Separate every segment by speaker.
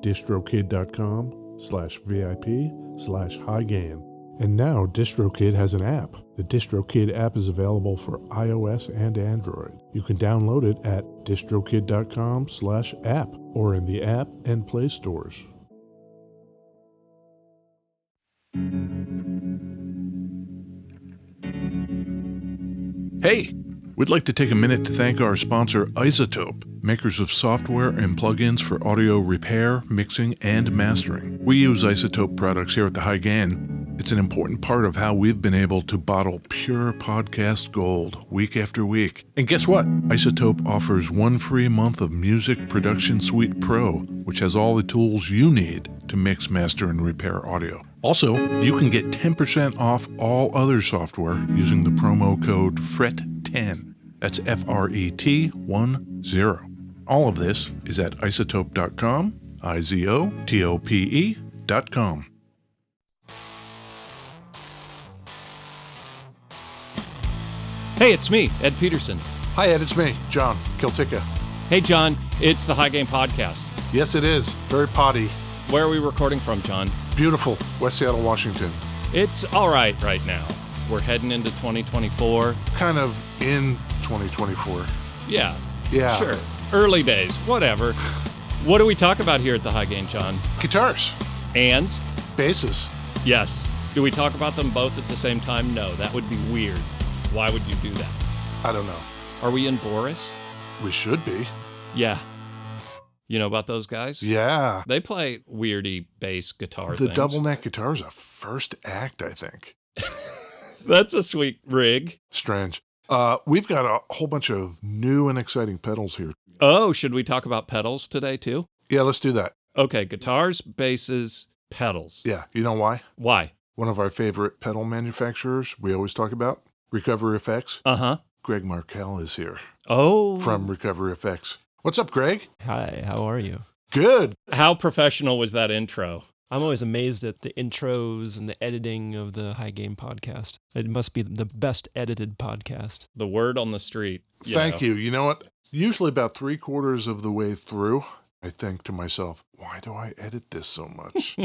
Speaker 1: distrokid.com slash VIP slash high gain. And now DistroKid has an app. The DistroKid app is available for iOS and Android. You can download it at distrokid.com slash app or in the app and play stores. Hey, we'd like to take a minute to thank our sponsor, Isotope, makers of software and plugins for audio repair, mixing, and mastering. We use Isotope products here at the High Gain. It's an important part of how we've been able to bottle pure podcast gold week after week. And guess what? Isotope offers one free month of Music Production Suite Pro, which has all the tools you need to mix, master, and repair audio. Also, you can get 10% off all other software using the promo code E FRET10. That's F R E T 1 0. All of this is at isotope.com, I Z O T O P E dot com.
Speaker 2: Hey, it's me, Ed Peterson.
Speaker 1: Hi, Ed, it's me, John Kiltica.
Speaker 2: Hey, John, it's the High Game Podcast.
Speaker 1: Yes, it is. Very potty.
Speaker 2: Where are we recording from, John?
Speaker 1: Beautiful. West Seattle, Washington.
Speaker 2: It's all right right now. We're heading into 2024.
Speaker 1: Kind of in 2024.
Speaker 2: Yeah.
Speaker 1: Yeah.
Speaker 2: Sure. Early days, whatever. What do we talk about here at the High Game, John?
Speaker 1: Guitars,
Speaker 2: And,
Speaker 1: basses.
Speaker 2: yes, do we talk about them both at the same time? No, that would be weird. Why would you do that?
Speaker 1: I don't know.
Speaker 2: Are we in Boris?
Speaker 1: We should be.
Speaker 2: Yeah. You know about those guys?
Speaker 1: Yeah.
Speaker 2: They play weirdy bass guitar
Speaker 1: The
Speaker 2: things.
Speaker 1: double neck guitar is a first act, I think.
Speaker 2: That's a sweet rig.
Speaker 1: Strange. Uh, we've got a whole bunch of new and exciting pedals here.
Speaker 2: Oh, should we talk about pedals today too?
Speaker 1: Yeah, let's do that.
Speaker 2: Okay, guitars, basses, pedals.
Speaker 1: Yeah. You know why?
Speaker 2: Why?
Speaker 1: One of our favorite pedal manufacturers we always talk about, Recover FX.
Speaker 2: Uh huh.
Speaker 1: Greg Markell is here
Speaker 2: Oh.
Speaker 1: from Recover FX. What's up, Greg?
Speaker 3: Hi, how are you?
Speaker 1: Good.
Speaker 2: how professional was that intro?
Speaker 3: I'm always amazed at the intros and the editing of the High Game podcast. It must be the best edited podcast.
Speaker 2: The word on the street.
Speaker 1: Thank you. You know what? Usually about three quarters of the way through, I think to myself, why do I edit this so much?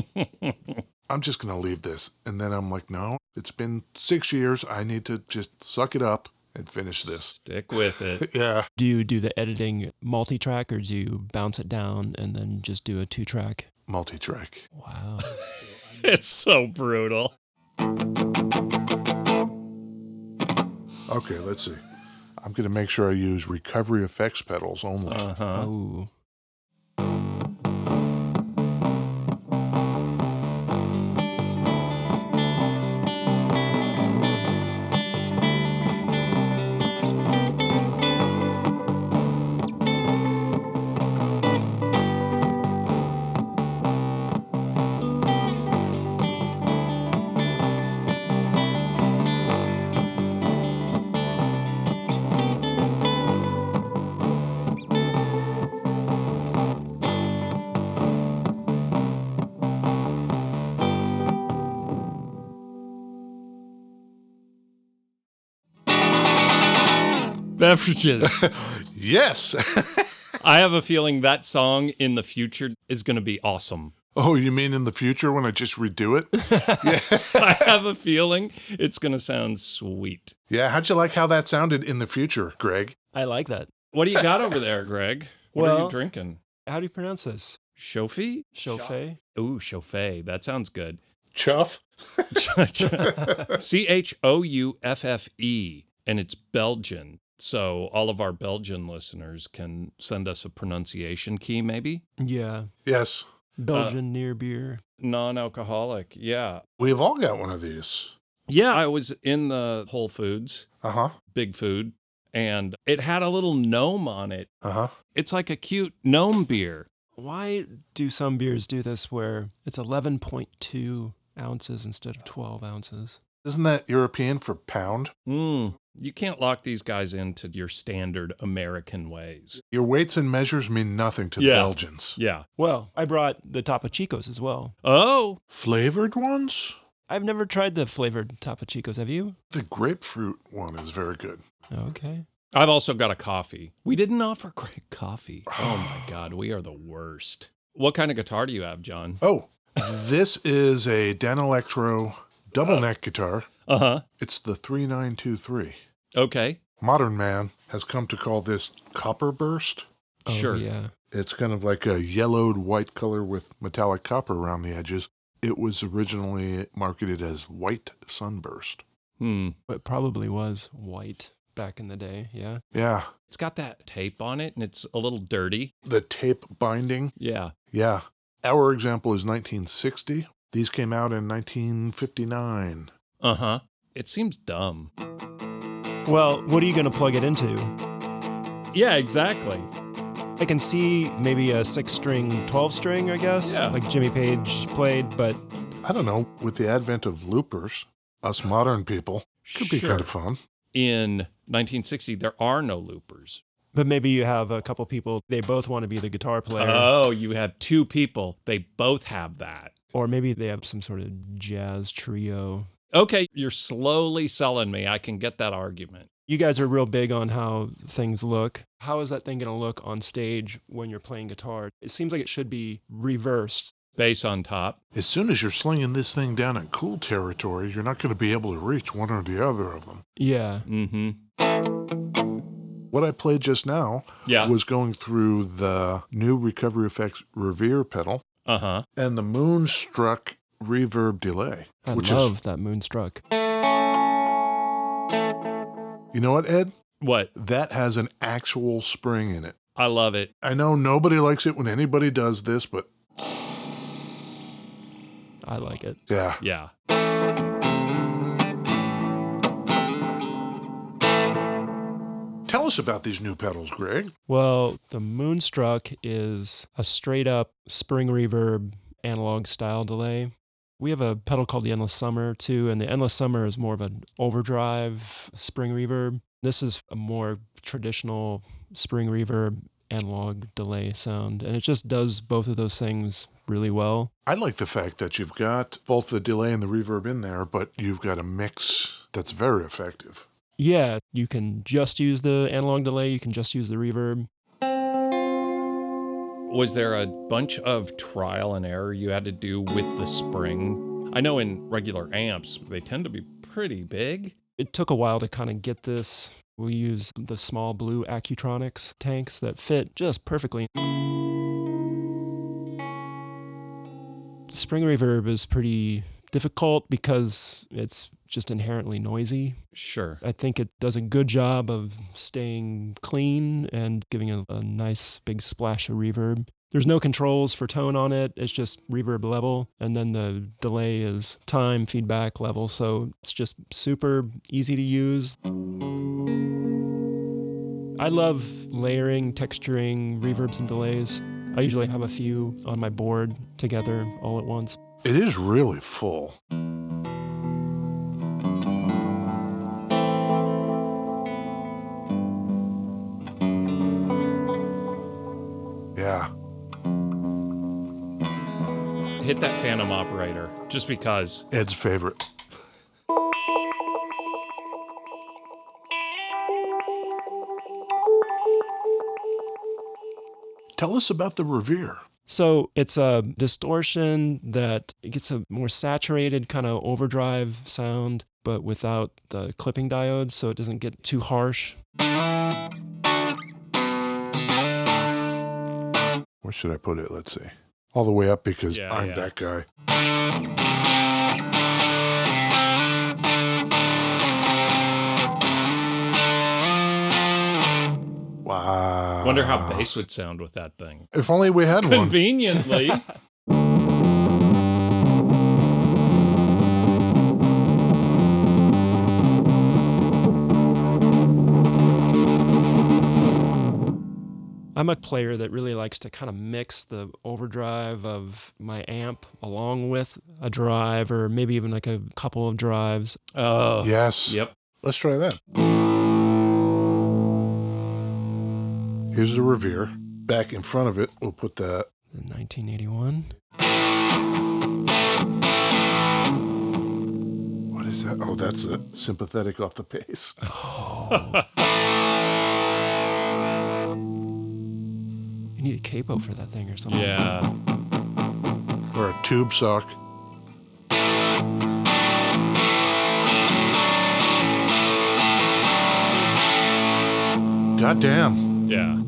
Speaker 1: I'm just going to leave this. And then I'm like, no, it's been six years. I need to just suck it up and finish this.
Speaker 2: Stick with it.
Speaker 1: Yeah.
Speaker 3: Do you do the editing multi track or do you bounce it down and then just do a two track?
Speaker 1: Multi track.
Speaker 3: Wow.
Speaker 2: it's so brutal.
Speaker 1: Okay, let's see. I'm going to make sure I use recovery effects pedals only.
Speaker 2: Uh huh.
Speaker 3: oh.
Speaker 2: Beverages.
Speaker 1: Yes.
Speaker 2: I have a feeling that song in the future is going to be awesome.
Speaker 1: oh, you mean in the future when I just redo it?
Speaker 2: I have a feeling it's going to sound sweet.
Speaker 1: Yeah. How'd you like how that sounded in the future, Greg?
Speaker 3: I like that.
Speaker 2: What do you got over there, Greg? What are
Speaker 3: Well-
Speaker 2: you drinking?
Speaker 3: How do you pronounce this?
Speaker 2: Shofi?
Speaker 3: Chauffé?
Speaker 2: Ooh, Chauffe. That sounds good.
Speaker 1: Chuff.
Speaker 2: C H O U F F E, and it's Belgian. So all of our Belgian listeners can send us a pronunciation key, maybe
Speaker 3: Yeah.
Speaker 1: Yes.
Speaker 3: Belgian near beer.
Speaker 2: non-alcoholic. Yeah,
Speaker 1: We've all got one of these.
Speaker 2: yeah. I was in the Whole Foods,
Speaker 1: Uh huh.
Speaker 2: Big Food, and it had a little gnome on it.
Speaker 1: Uh huh.
Speaker 2: It's like a cute gnome beer.
Speaker 3: Why do some beers do this where it's 11.2 ounces instead of 12 ounces?
Speaker 1: Isn't that European for pound?
Speaker 2: Mm, you can't lock these guys into your standard American ways.
Speaker 1: Your weights and measures mean nothing to the
Speaker 2: Yeah.
Speaker 1: Belgians.
Speaker 2: Yeah.
Speaker 3: Well, I brought the Topo Chicos as well.
Speaker 2: Oh,
Speaker 1: Flavored ones?
Speaker 3: I've never tried the flavored Topo Chicos. Have you?
Speaker 1: The grapefruit one is very good.
Speaker 3: Okay.
Speaker 2: I've also got a coffee. We didn't offer great coffee. Oh my God, we are the worst. What kind of guitar do you have, John?
Speaker 1: Oh, this is a Dan Electro double neck guitar.
Speaker 2: Uh huh.
Speaker 1: It's the 3923.
Speaker 2: Okay.
Speaker 1: Modern man has come to call this copper burst.
Speaker 2: Sure.
Speaker 3: Oh, yeah.
Speaker 1: It's kind of like a yellowed white color with metallic copper around the edges. It was originally marketed as white sunburst.
Speaker 2: Hmm.
Speaker 3: But probably was white back in the day. Yeah.
Speaker 1: Yeah,
Speaker 2: It's got that tape on it and it's a little dirty.
Speaker 1: the tape binding.
Speaker 2: Yeah.
Speaker 1: Yeah. Our example is 1960. These came out in 1959.
Speaker 2: Uh huh. It seems dumb.
Speaker 3: Well, what are you going to plug it into?
Speaker 2: Yeah, exactly.
Speaker 3: I can see maybe a six string, 12 string, I guess,
Speaker 2: Yeah.
Speaker 3: like Jimmy Page played, but
Speaker 1: I don't know, with the advent of loopers, us modern people, could be kind of fun.
Speaker 2: In 1960, there are no loopers.
Speaker 3: but maybe you have a couple people, they both want to be the guitar player,
Speaker 2: Oh, you have two people. They both have that.
Speaker 3: or maybe they have some sort of jazz trio.
Speaker 2: Okay, you're slowly selling me. I can get that argument.
Speaker 3: You guys are real big on how things look. How is that thing going to look on stage when you're playing guitar? It seems like it should be reversed.
Speaker 2: Bass on top.
Speaker 1: As soon as you're slinging this thing down in cool territory, you're not going to be able to reach one or the other of them.
Speaker 3: Yeah.
Speaker 2: Mm hmm.
Speaker 1: What I played just now
Speaker 2: Yeah.
Speaker 1: was going through the new Recovery Effects Revere pedal
Speaker 2: Uh huh.
Speaker 1: and the Moonstruck reverb delay,
Speaker 3: I
Speaker 1: which
Speaker 3: love
Speaker 1: is,
Speaker 3: that Moonstruck.
Speaker 1: you know what, Ed?
Speaker 2: What?
Speaker 1: That has an actual spring in it.
Speaker 2: I love it.
Speaker 1: I know nobody likes it when anybody does this, but
Speaker 3: I like it.
Speaker 1: yeah,
Speaker 2: Yeah.
Speaker 1: Tell us about these new pedals, Greg.
Speaker 3: Well, the Moonstruck is a straight up spring reverb analog style delay. We have a pedal called the Endless Summer too, and the Endless Summer is more of an overdrive spring reverb. This is a more traditional spring reverb analog delay sound, and it just does both of those things really well.
Speaker 1: I like the fact that you've got both the delay and the reverb in there, but you've got a mix that's very effective.
Speaker 3: Yeah, you can just use the analog delay, you can just use the reverb.
Speaker 2: Was there a bunch of trial and error you had to do with the spring? I know in regular amps, they tend to be pretty big.
Speaker 3: it took a while to kind of get this. We use the small blue Accutronics tanks that fit just perfectly. Spring reverb is pretty difficult because it's just inherently noisy.
Speaker 2: Sure.
Speaker 3: I think it does a good job of staying clean and giving a, a nice big splash of reverb. There's no controls for tone on it. It's just reverb level. And then the delay is time, feedback level. So it's just super easy to use. I love layering, texturing, reverbs, and delays. I usually have a few on my board together all at once.
Speaker 1: It is really full. Yeah.
Speaker 2: Hit that phantom operator just because.
Speaker 1: Ed's favorite. Tell us about the Revere.
Speaker 3: So it's a distortion that it gets a more saturated kind of overdrive sound, but without the clipping diodes, so it doesn't get too harsh.
Speaker 1: Where should I put it? Let's see. All the way up because
Speaker 2: Yeah,
Speaker 1: I'm
Speaker 2: yeah.
Speaker 1: that guy. Wow.
Speaker 2: Wonder how
Speaker 1: Ah.
Speaker 2: bass would sound with that thing.
Speaker 1: If only we had one.
Speaker 2: Conveniently.
Speaker 3: I'm a player that really likes to kind of mix the overdrive of my amp along with a drive or maybe even like a couple of drives.
Speaker 2: Oh,
Speaker 1: yes.
Speaker 2: Yep.
Speaker 1: Let's try that. Here's the Revere. Back in front of it, we'll put that.
Speaker 3: 1981.
Speaker 1: What is that? Oh, that's a sympathetic off the pace.
Speaker 3: You need a capo for that thing or something.
Speaker 2: Yeah.
Speaker 1: or a tube sock. Goddamn.
Speaker 2: Yeah.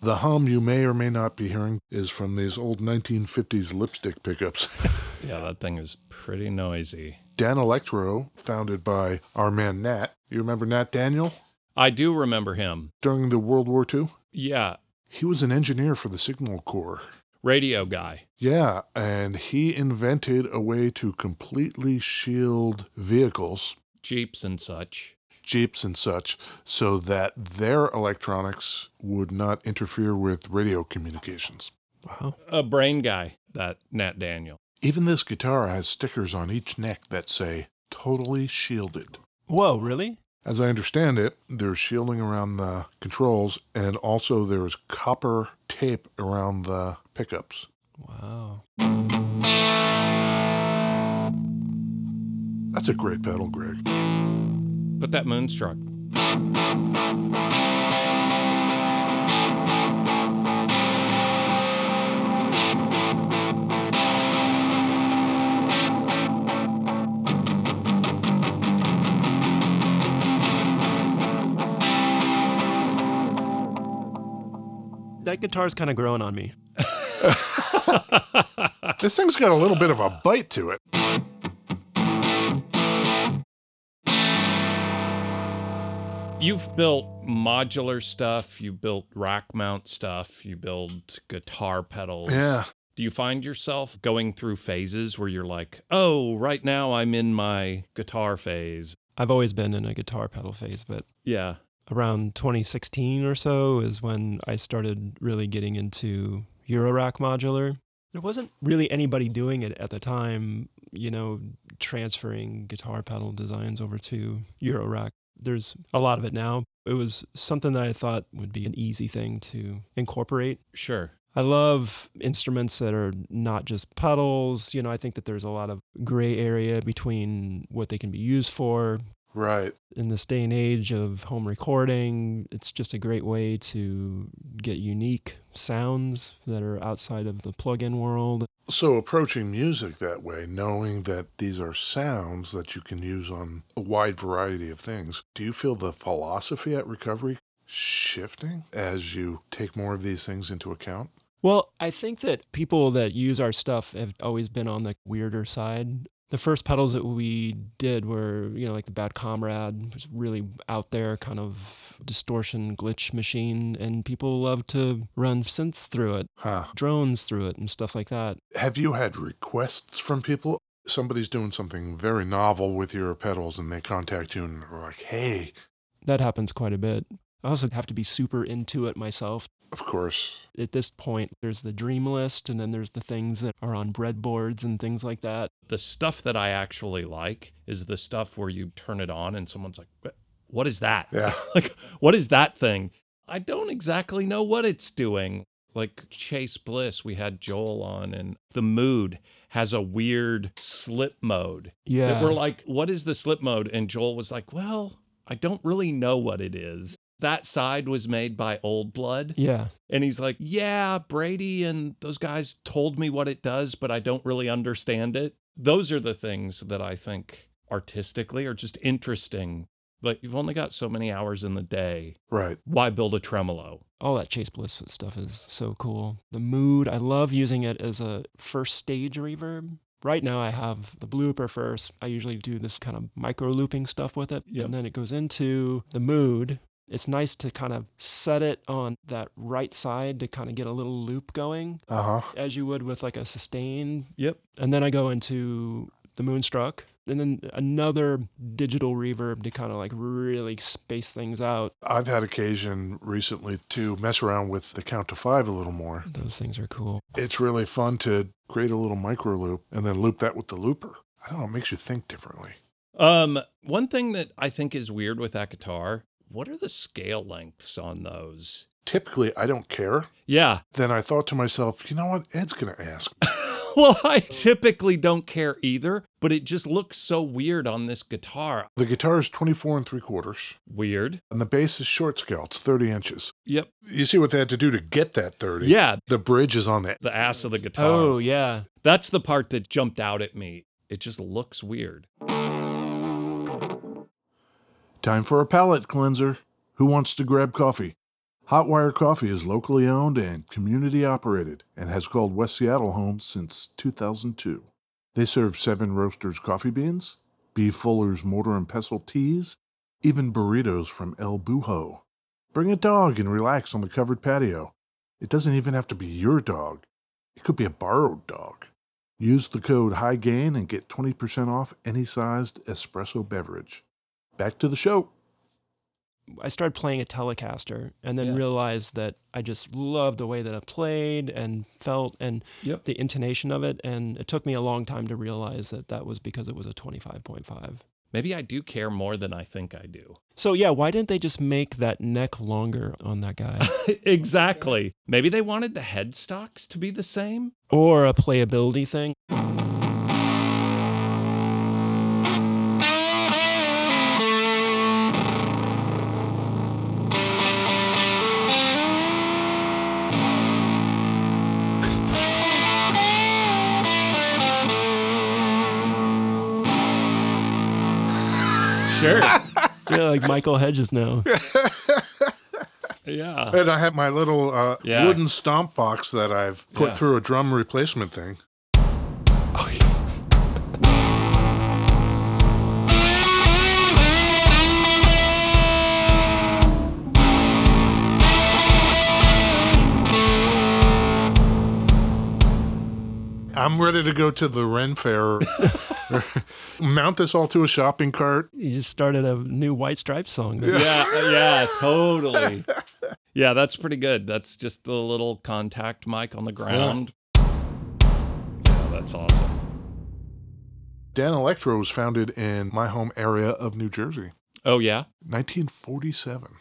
Speaker 1: The hum you may or may not be hearing is from these old 1950s lipstick pickups.
Speaker 2: Yeah. That thing is pretty noisy.
Speaker 1: Dan Electro, founded by our man Nat. You remember Nat Daniel
Speaker 2: I do remember him.
Speaker 1: during the World War II?
Speaker 2: Yeah.
Speaker 1: He was an engineer for the Signal Corps.
Speaker 2: Radio guy.
Speaker 1: Yeah, and he invented a way to completely shield vehicles
Speaker 2: Jeeps and such.
Speaker 1: Jeeps and such, so that their electronics would not interfere with radio communications.
Speaker 3: Wow.
Speaker 2: A brain guy, that Nat Daniel.
Speaker 1: Even this guitar has stickers on each neck that say, totally shielded.
Speaker 3: Whoa, really?
Speaker 1: As I understand it, there's shielding around the controls, and also there's copper tape around the pickups.
Speaker 3: Wow.
Speaker 1: That's a great pedal, Greg.
Speaker 2: But that Moonstruck.
Speaker 3: That guitar's kind of growing on me.
Speaker 1: This thing's got a little bit of a bite to it.
Speaker 2: You've built modular stuff, you've built rack mount stuff, you build guitar pedals.
Speaker 1: Yeah.
Speaker 2: Do you find yourself going through phases where you're like, oh, right now I'm in my guitar phase?
Speaker 3: I've always been in a guitar pedal phase, but
Speaker 2: Yeah.
Speaker 3: around 2016 or so is when I started really getting into Eurorack modular. There wasn't really anybody doing it at the time, you know, transferring guitar pedal designs over to Eurorack. There's a lot of it now. It was something that I thought would be an easy thing to incorporate.
Speaker 2: Sure.
Speaker 3: I love instruments that are not just pedals. You know, I think that there's a lot of gray area between what they can be used for,
Speaker 1: Right.
Speaker 3: in this day and age of home recording, it's just a great way to get unique sounds that are outside of the plug-in world.
Speaker 1: So, approaching music that way, knowing that these are sounds that you can use on a wide variety of things, do you feel the philosophy at recovery shifting as you take more of these things into account?
Speaker 3: Well, I think that people that use our stuff have always been on the weirder side. The first pedals that we did were, you know, like the Bad Comrade, which is really out there kind of distortion glitch machine, and people love to run synths through it,
Speaker 1: Huh.
Speaker 3: drones through it, and stuff like that.
Speaker 1: Have you had requests from people? Somebody's doing something very novel with your pedals and they contact you and are like, hey,
Speaker 3: That happens quite a bit. I also have to be super into it myself
Speaker 1: of course,
Speaker 3: at this point, there's the dream list, and then there's the things that are on breadboards and things like that.
Speaker 2: The stuff that I actually like is the stuff where you turn it on and someone's like, "Wha- what is that?
Speaker 1: Yeah.
Speaker 2: like, what is that thing? I don't exactly know what it's doing. Like Chase Bliss, we had Joel on, and the mood has a weird slip mode.
Speaker 3: Yeah.
Speaker 2: that we're like, what is the slip mode? And Joel was like, well, I don't really know what it is. That side was made by Old Blood.
Speaker 3: yeah.
Speaker 2: And he's like, yeah, Brady and those guys told me what it does, but I don't really understand it. Those are the things that I think artistically are just interesting. But you've only got so many hours in the day.
Speaker 1: right.
Speaker 2: Why build a tremolo?
Speaker 3: All that Chase Bliss stuff is so cool. The mood, I love using it as a first stage reverb. Right now, I have the blooper first. I usually do this kind of micro looping stuff with it,
Speaker 2: Yep.
Speaker 3: and then it goes into the mood. It's nice to kind of set it on that right side to kind of get a little loop going,
Speaker 1: Uh huh.
Speaker 3: as you would with like a sustain
Speaker 2: Yep.
Speaker 3: and then I go into the Moonstruck, and then another digital reverb to kind of like really space things out.
Speaker 1: I've had occasion recently to mess around with the count to five a little more.
Speaker 3: Those things are cool.
Speaker 1: It's really fun to create a little micro loop and then loop that with the looper. I don't know, it makes you think differently.
Speaker 2: Um, one thing that I think is weird with that guitar, what are the scale lengths on those?
Speaker 1: Typically, I don't care.
Speaker 2: Yeah.
Speaker 1: Then I thought to myself, you know what? Ed's going to ask.
Speaker 2: well, I typically don't care either, but it just looks so weird on this guitar.
Speaker 1: The guitar is 24 and three quarters,
Speaker 2: Weird.
Speaker 1: and the bass is short scale. It's 30 inches.
Speaker 2: Yep.
Speaker 1: You see what they had to do to get that 30?
Speaker 2: Yeah.
Speaker 1: The bridge is on that.
Speaker 2: The ass of the guitar.
Speaker 3: Oh, yeah.
Speaker 2: That's the part that jumped out at me. It just looks weird.
Speaker 1: Time for a palate cleanser. Who wants to grab coffee? Hotwire Coffee is locally owned and community operated and has called West Seattle home since 2002. They serve Seven Roasters coffee beans, B. Fuller's mortar and pestle teas, even burritos from El Bujo. Bring a dog and relax on the covered patio. It doesn't even have to be your dog, it could be a borrowed dog. Use the code HIGHGAIN and get 20% off any sized espresso beverage back to the show.
Speaker 3: I started playing a Telecaster and then
Speaker 2: Yeah.
Speaker 3: realized that I just loved the way that it played and felt and
Speaker 2: Yep.
Speaker 3: the intonation of it. And it took me a long time to realize that that was because it was a 25.5.
Speaker 2: Maybe I do care more than I think I do.
Speaker 3: So, yeah, why didn't they just make that neck longer on that guy?
Speaker 2: exactly. Maybe they wanted the headstocks to be the same.
Speaker 3: or a playability thing?
Speaker 2: Sure.
Speaker 3: Yeah, like Michael Hedges now.
Speaker 2: yeah.
Speaker 1: And I have my little uh,
Speaker 2: Yeah.
Speaker 1: wooden stomp box that I've put
Speaker 2: Yeah.
Speaker 1: through a drum replacement thing. I'm ready to go to the Ren Fair, mount this all to a shopping cart.
Speaker 3: You just started a new White Stripes song. there.
Speaker 2: yeah, yeah, totally. Yeah, that's pretty good. That's just a little contact mic on the ground. Yeah, that's awesome.
Speaker 1: Dan Electro was founded in my home area of New Jersey,
Speaker 2: Oh, yeah.
Speaker 1: 1947.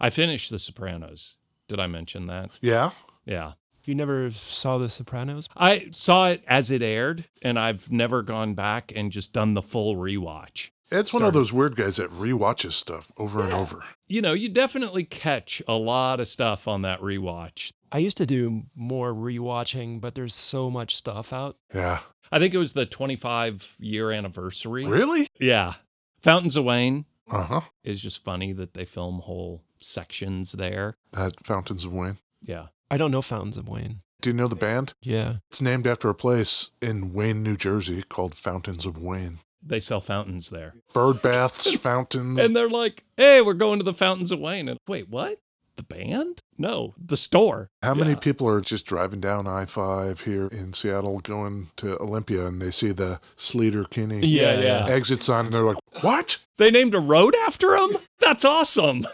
Speaker 2: I finished The Sopranos. Did I mention that?
Speaker 1: Yeah.
Speaker 2: Yeah.
Speaker 3: You never saw The Sopranos?
Speaker 2: I saw it as it aired, and I've never gone back and just done the full rewatch.
Speaker 1: Ed's one of those weird guys that rewatches stuff over and over.
Speaker 2: You know, you definitely catch a lot of stuff on that rewatch.
Speaker 3: I used to do more rewatching, but there's so much stuff out.
Speaker 1: Yeah.
Speaker 2: I think it was the 25 year anniversary.
Speaker 1: Really?
Speaker 2: Yeah. Fountains of Wayne
Speaker 1: Uh huh.
Speaker 2: is just funny that they film whole sections there.
Speaker 1: At Fountains of Wayne.
Speaker 2: Yeah.
Speaker 3: I don't know Fountains of Wayne.
Speaker 1: Do you know the band?
Speaker 3: Yeah.
Speaker 1: It's named after a place in Wayne, New Jersey called Fountains of Wayne.
Speaker 2: They sell fountains there.
Speaker 1: Bird baths, fountains.
Speaker 2: And they're like, hey, we're going to the Fountains of Wayne. And wait, what? The band? No, the store.
Speaker 1: How many
Speaker 2: Yeah.
Speaker 1: people are just driving down I 5 here in Seattle going to Olympia and they see the Sleater Kinney
Speaker 2: Yeah, yeah.
Speaker 1: exit sign and they're like, what?
Speaker 2: They named a road after him? That's awesome.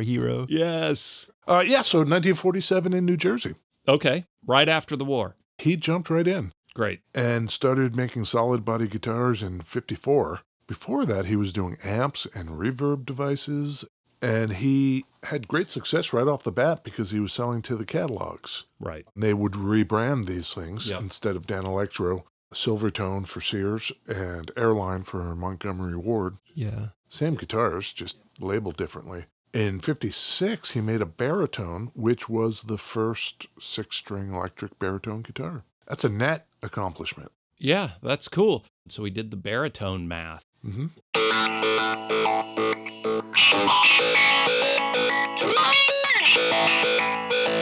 Speaker 3: Hero.
Speaker 2: Yes.
Speaker 1: Uh, yeah, so 1947 in New Jersey.
Speaker 2: Okay. Right after the war.
Speaker 1: He jumped right in.
Speaker 2: Great.
Speaker 1: and started making solid body guitars in 54. Before that, he was doing amps and reverb devices, and he had great success right off the bat because he was selling to the catalogs.
Speaker 2: Right.
Speaker 1: They would rebrand these things
Speaker 2: Yep.
Speaker 1: instead of Dan Electro, Silvertone for Sears and Airline for Montgomery Ward.
Speaker 3: Yeah.
Speaker 1: Same guitars, just labeled differently. In 56, he made a baritone, which was the first six string electric baritone guitar. That's a net accomplishment.
Speaker 2: Yeah, that's cool. So we did the baritone math.
Speaker 1: Mm-hmm.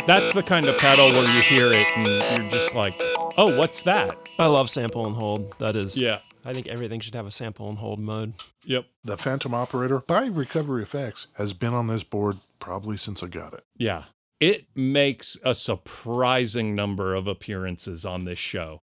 Speaker 2: That's the kind of pedal where you hear it and you're just like, oh, what's that?
Speaker 3: I love sample and hold. That is,
Speaker 2: Yeah.
Speaker 3: I think everything should have a sample and hold mode.
Speaker 2: Yep.
Speaker 1: The Phantom Operator by Recovery Effects has been on this board probably since I got it.
Speaker 2: Yeah. It makes a surprising number of appearances on this show.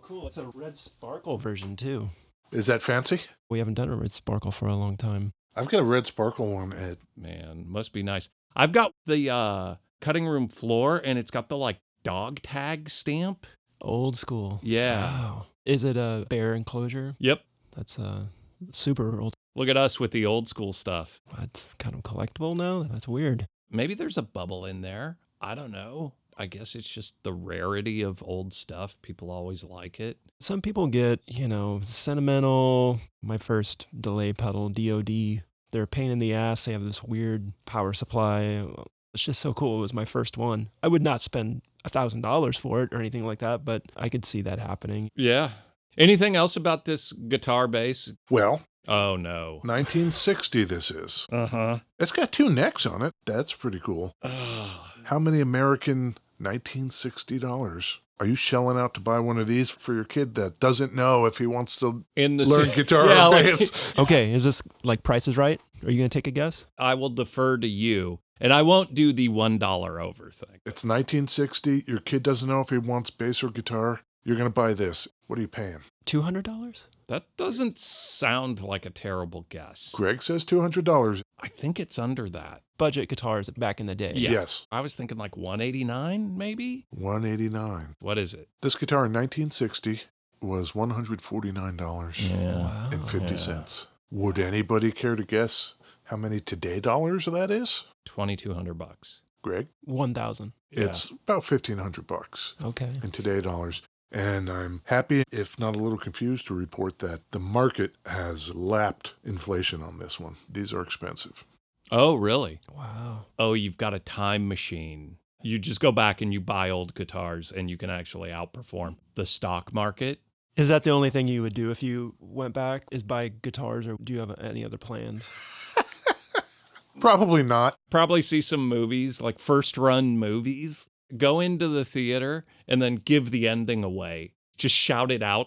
Speaker 3: cool. It's a red sparkle version too.
Speaker 1: Is that fancy?
Speaker 3: We haven't done a red sparkle for a long time.
Speaker 1: I've got a red sparkle one at
Speaker 2: Man, must be nice. I've got the uh, cutting room floor and it's got the like dog tag stamp.
Speaker 3: Old school.
Speaker 2: Yeah.
Speaker 3: Wow. Is it a bear enclosure?
Speaker 2: Yep.
Speaker 3: That's uh, super old.
Speaker 2: Look at us with the old school stuff.
Speaker 3: That's kind of collectible now. That's weird.
Speaker 2: Maybe there's a bubble in there. I don't know. I guess it's just the rarity of old stuff. People always like it.
Speaker 3: Some people get, you know, sentimental. My first delay pedal, DOD, they're a pain in the ass. They have this weird power supply. uh, It's just so cool. It was my first one. I would not spend a thousand dollars for it or anything like that, but I could see that happening.
Speaker 2: Yeah. Anything else about this guitar bass?
Speaker 1: well,
Speaker 2: Oh no.
Speaker 1: 1960 this is.
Speaker 2: Uh-huh.
Speaker 1: It's got two necks on it. That's pretty cool.
Speaker 2: Ah.
Speaker 1: How many American 1960 dollars are you shelling out to buy one of these for your kid that doesn't know if he wants to
Speaker 2: in the
Speaker 1: learn
Speaker 2: si-
Speaker 1: guitar
Speaker 2: Yeah,
Speaker 1: or
Speaker 2: like-
Speaker 1: bass?
Speaker 3: Okay, is this like Price is Right? Are you gonna take a guess?
Speaker 2: I will defer to you, and I won't do the one dollar over thing.
Speaker 1: It's 1960. Your kid doesn't know if he wants bass or guitar. You're going to buy this. What are you paying?
Speaker 3: Two hundred dollars?
Speaker 2: That doesn't sound like a terrible guess.
Speaker 1: Greg says $200.
Speaker 2: I think it's under that.
Speaker 3: Budget guitars back in the day.
Speaker 2: Yeah.
Speaker 1: Yes.
Speaker 2: I was thinking like 189, maybe.
Speaker 1: 189.
Speaker 2: What is it?
Speaker 1: This guitar in 1960 was $149.50.
Speaker 3: Wow.
Speaker 1: Would anybody care to guess how many today dollars that is?
Speaker 2: twenty two hundred bucks.
Speaker 1: Greg,
Speaker 3: One thousand.
Speaker 1: it's about 1500 bucks
Speaker 3: Okay.
Speaker 1: in today dollars. And I'm happy, if not a little confused, to report that the market has lapped inflation on this one. These are expensive.
Speaker 2: Oh, really?
Speaker 3: Wow.
Speaker 2: Oh, you've got a time machine. You just go back and you buy old guitars, and you can actually outperform the stock market.
Speaker 3: Is that the only thing you would do if you went back? Is buy guitars, or do you have any other plans?
Speaker 1: Probably not.
Speaker 2: Probably see some movies, like first run movies. Go into the theater and then give the ending away. Just shout it out.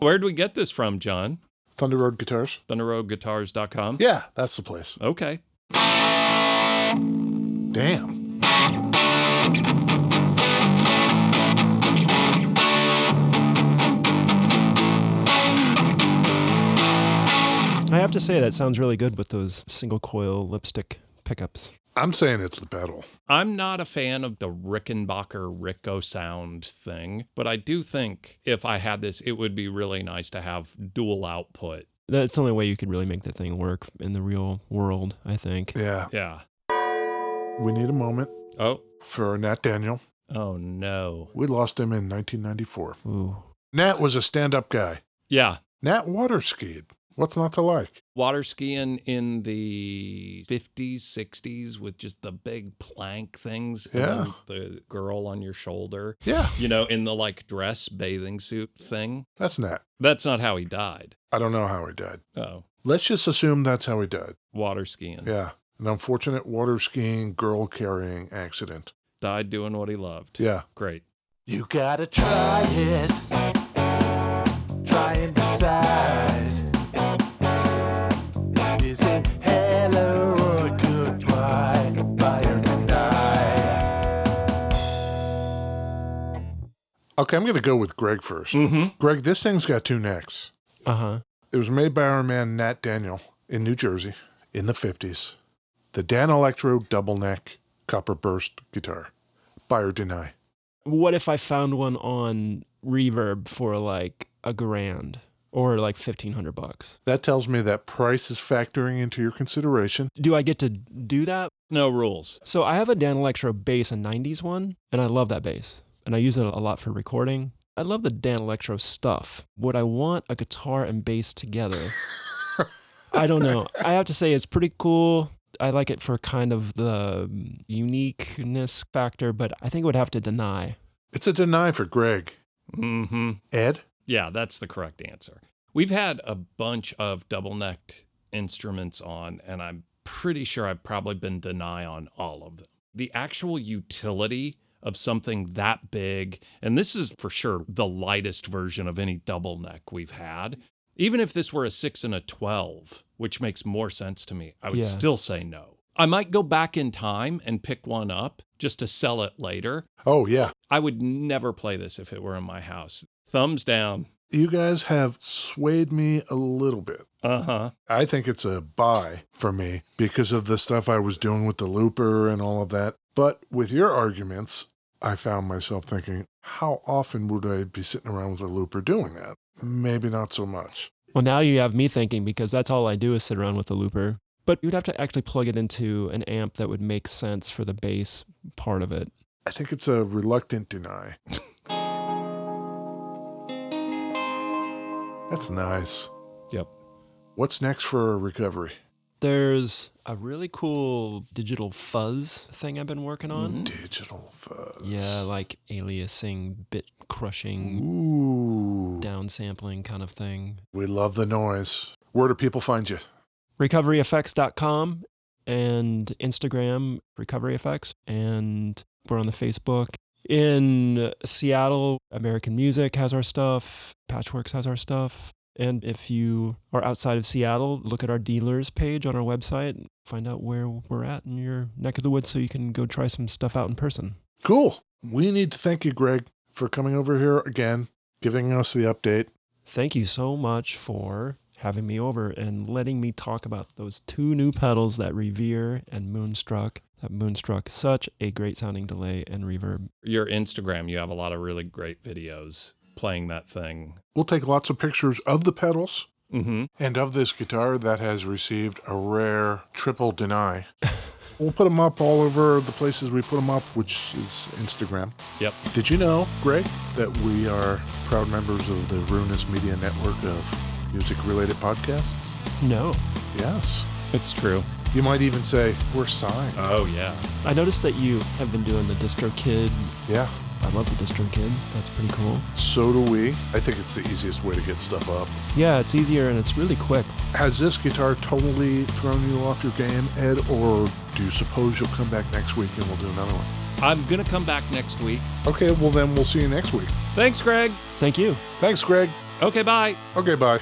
Speaker 2: Where'd we get this from, John?
Speaker 1: Thunder Road Guitars?
Speaker 2: ThunderRoadGuitars.com?
Speaker 1: Yeah, that's the place.
Speaker 2: Okay.
Speaker 1: Damn.
Speaker 3: I have to say that sounds really good with those single coil lipstick pickups.
Speaker 1: I'm saying it's the pedal.
Speaker 2: I'm not a fan of the Rickenbacker Ricco sound thing, but I do think if I had this, it would be really nice to have dual output.
Speaker 3: That's the only way you could really make that thing work in the real world, I think.
Speaker 1: Yeah.
Speaker 2: Yeah.
Speaker 1: We need a moment
Speaker 2: Oh,
Speaker 1: for Nat Daniel.
Speaker 2: oh no.
Speaker 1: We lost him in 1994.
Speaker 3: Ooh.
Speaker 1: Nat was a stand up guy.
Speaker 2: Yeah.
Speaker 1: Nat water skied. What's not to like?
Speaker 2: Water skiing in the 50s, 60s with just the big plank things. and
Speaker 1: Yeah.
Speaker 2: then the girl on your shoulder,
Speaker 1: Yeah,
Speaker 2: you know, in the like dress bathing suit thing.
Speaker 1: that's Nat.
Speaker 2: That's not how he died.
Speaker 1: I don't know how he died.
Speaker 2: Oh,
Speaker 1: Let's just assume that's how he died.
Speaker 2: water skiing.
Speaker 1: Yeah. An unfortunate water skiing, girl carrying accident.
Speaker 2: Died doing what he loved.
Speaker 1: Yeah.
Speaker 2: Great.
Speaker 4: You gotta try it. Try and decide. Is it hello or goodbye? Buy or deny?
Speaker 1: Okay, I'm going to go with Greg
Speaker 4: Hmm?
Speaker 1: first.
Speaker 2: Mm-hmm.
Speaker 1: Greg, this thing's got two necks.
Speaker 3: Uh huh.
Speaker 1: It was made by our man Nat Daniel in New Jersey in the 50s. The Dan Electro double neck copper burst guitar. Buy or deny.
Speaker 3: What if I found one on reverb for like a grand or like 1500 bucks?
Speaker 1: That tells me that price is factoring into your consideration.
Speaker 3: Do I get to do that?
Speaker 2: No rules.
Speaker 3: So I have a Dan Electro bass, a 90s one, and I love that bass. And I use it a lot for recording. I love the Dan Electro stuff. Would I want a guitar and bass together? I don't know. I have to say it's pretty cool. I like it for kind of the uniqueness factor, but I think I would have to deny.
Speaker 1: It's a deny for Greg.
Speaker 2: Mm-hmm.
Speaker 1: Ed?
Speaker 2: Yeah, that's the correct answer. We've had a bunch of double necked instruments on, and I'm pretty sure I've probably been deny on all of them. The actual utility of something that big, and this is for sure the lightest version of any double neck we've had. Even if this were a six and a 12, which makes more sense to me, I would
Speaker 3: Yeah.
Speaker 2: still say no. I might go back in time and pick one up just to sell it later.
Speaker 1: Oh, yeah.
Speaker 2: I would never play this if it were in my house. Thumbs down.
Speaker 1: You guys have swayed me a little bit.
Speaker 2: Uh huh.
Speaker 1: I think it's a buy for me because of the stuff I was doing with the looper and all of that. But with your arguments, I found myself thinking, how often would I be sitting around with a looper doing that? Maybe not so much.
Speaker 3: Well, now you have me thinking because that's all I do is sit around with a looper. But you'd have to actually plug it into an amp that would make sense for the bass part of it.
Speaker 1: I think it's a reluctant deny. That's nice.
Speaker 2: Yep.
Speaker 1: What's next for recovery?
Speaker 3: There's a really cool digital fuzz thing I've been working on.
Speaker 1: Digital fuzz.
Speaker 3: Yeah, like aliasing, bit crushing,
Speaker 1: Ooh.
Speaker 3: downsampling kind of thing.
Speaker 1: We love the noise. Where do people find you?
Speaker 3: recoveryeffects.com and Instagram recoveryeffects and we're on the Facebook. In Seattle, American Music has our stuff, Patchworks has our stuff. And if you are outside of Seattle, look at our dealers page on our website, find out where we're at in your neck of the woods so you can go try some stuff out in person.
Speaker 1: Cool. We need to thank you, Greg, for coming over here again, giving us the update.
Speaker 3: Thank you so much for having me over and letting me talk about those two new pedals that Revere and Moonstruck. That Moonstruck, such a great sounding delay and reverb.
Speaker 2: Your Instagram, you have a lot of really great videos playing that thing.
Speaker 1: We'll take lots of pictures of the pedals
Speaker 2: Mm hmm.
Speaker 1: and of this guitar that has received a rare triple deny. we'll put them up all over the places we put them up, which is Instagram.
Speaker 2: Yep.
Speaker 1: Did you know, Greg, that we are proud members of the Ruinous Media Network of music related podcasts?
Speaker 3: No.
Speaker 1: Yes.
Speaker 2: It's true.
Speaker 1: You might even say we're signed.
Speaker 2: Oh, yeah.
Speaker 3: I noticed that you have been doing the Distro Kid.
Speaker 1: yeah.
Speaker 3: I love the Distro Kid. That's pretty cool.
Speaker 1: So do we. I think it's the easiest way to get stuff up.
Speaker 3: Yeah, it's easier and it's really quick.
Speaker 1: Has this guitar totally thrown you off your game, Ed, or do you suppose you'll come back next week and we'll do another one?
Speaker 2: I'm going to come back next week.
Speaker 1: Okay, well, then we'll see you next week.
Speaker 2: Thanks, Greg.
Speaker 3: Thank you.
Speaker 1: Thanks, Greg.
Speaker 2: Okay, bye.
Speaker 1: Okay, bye.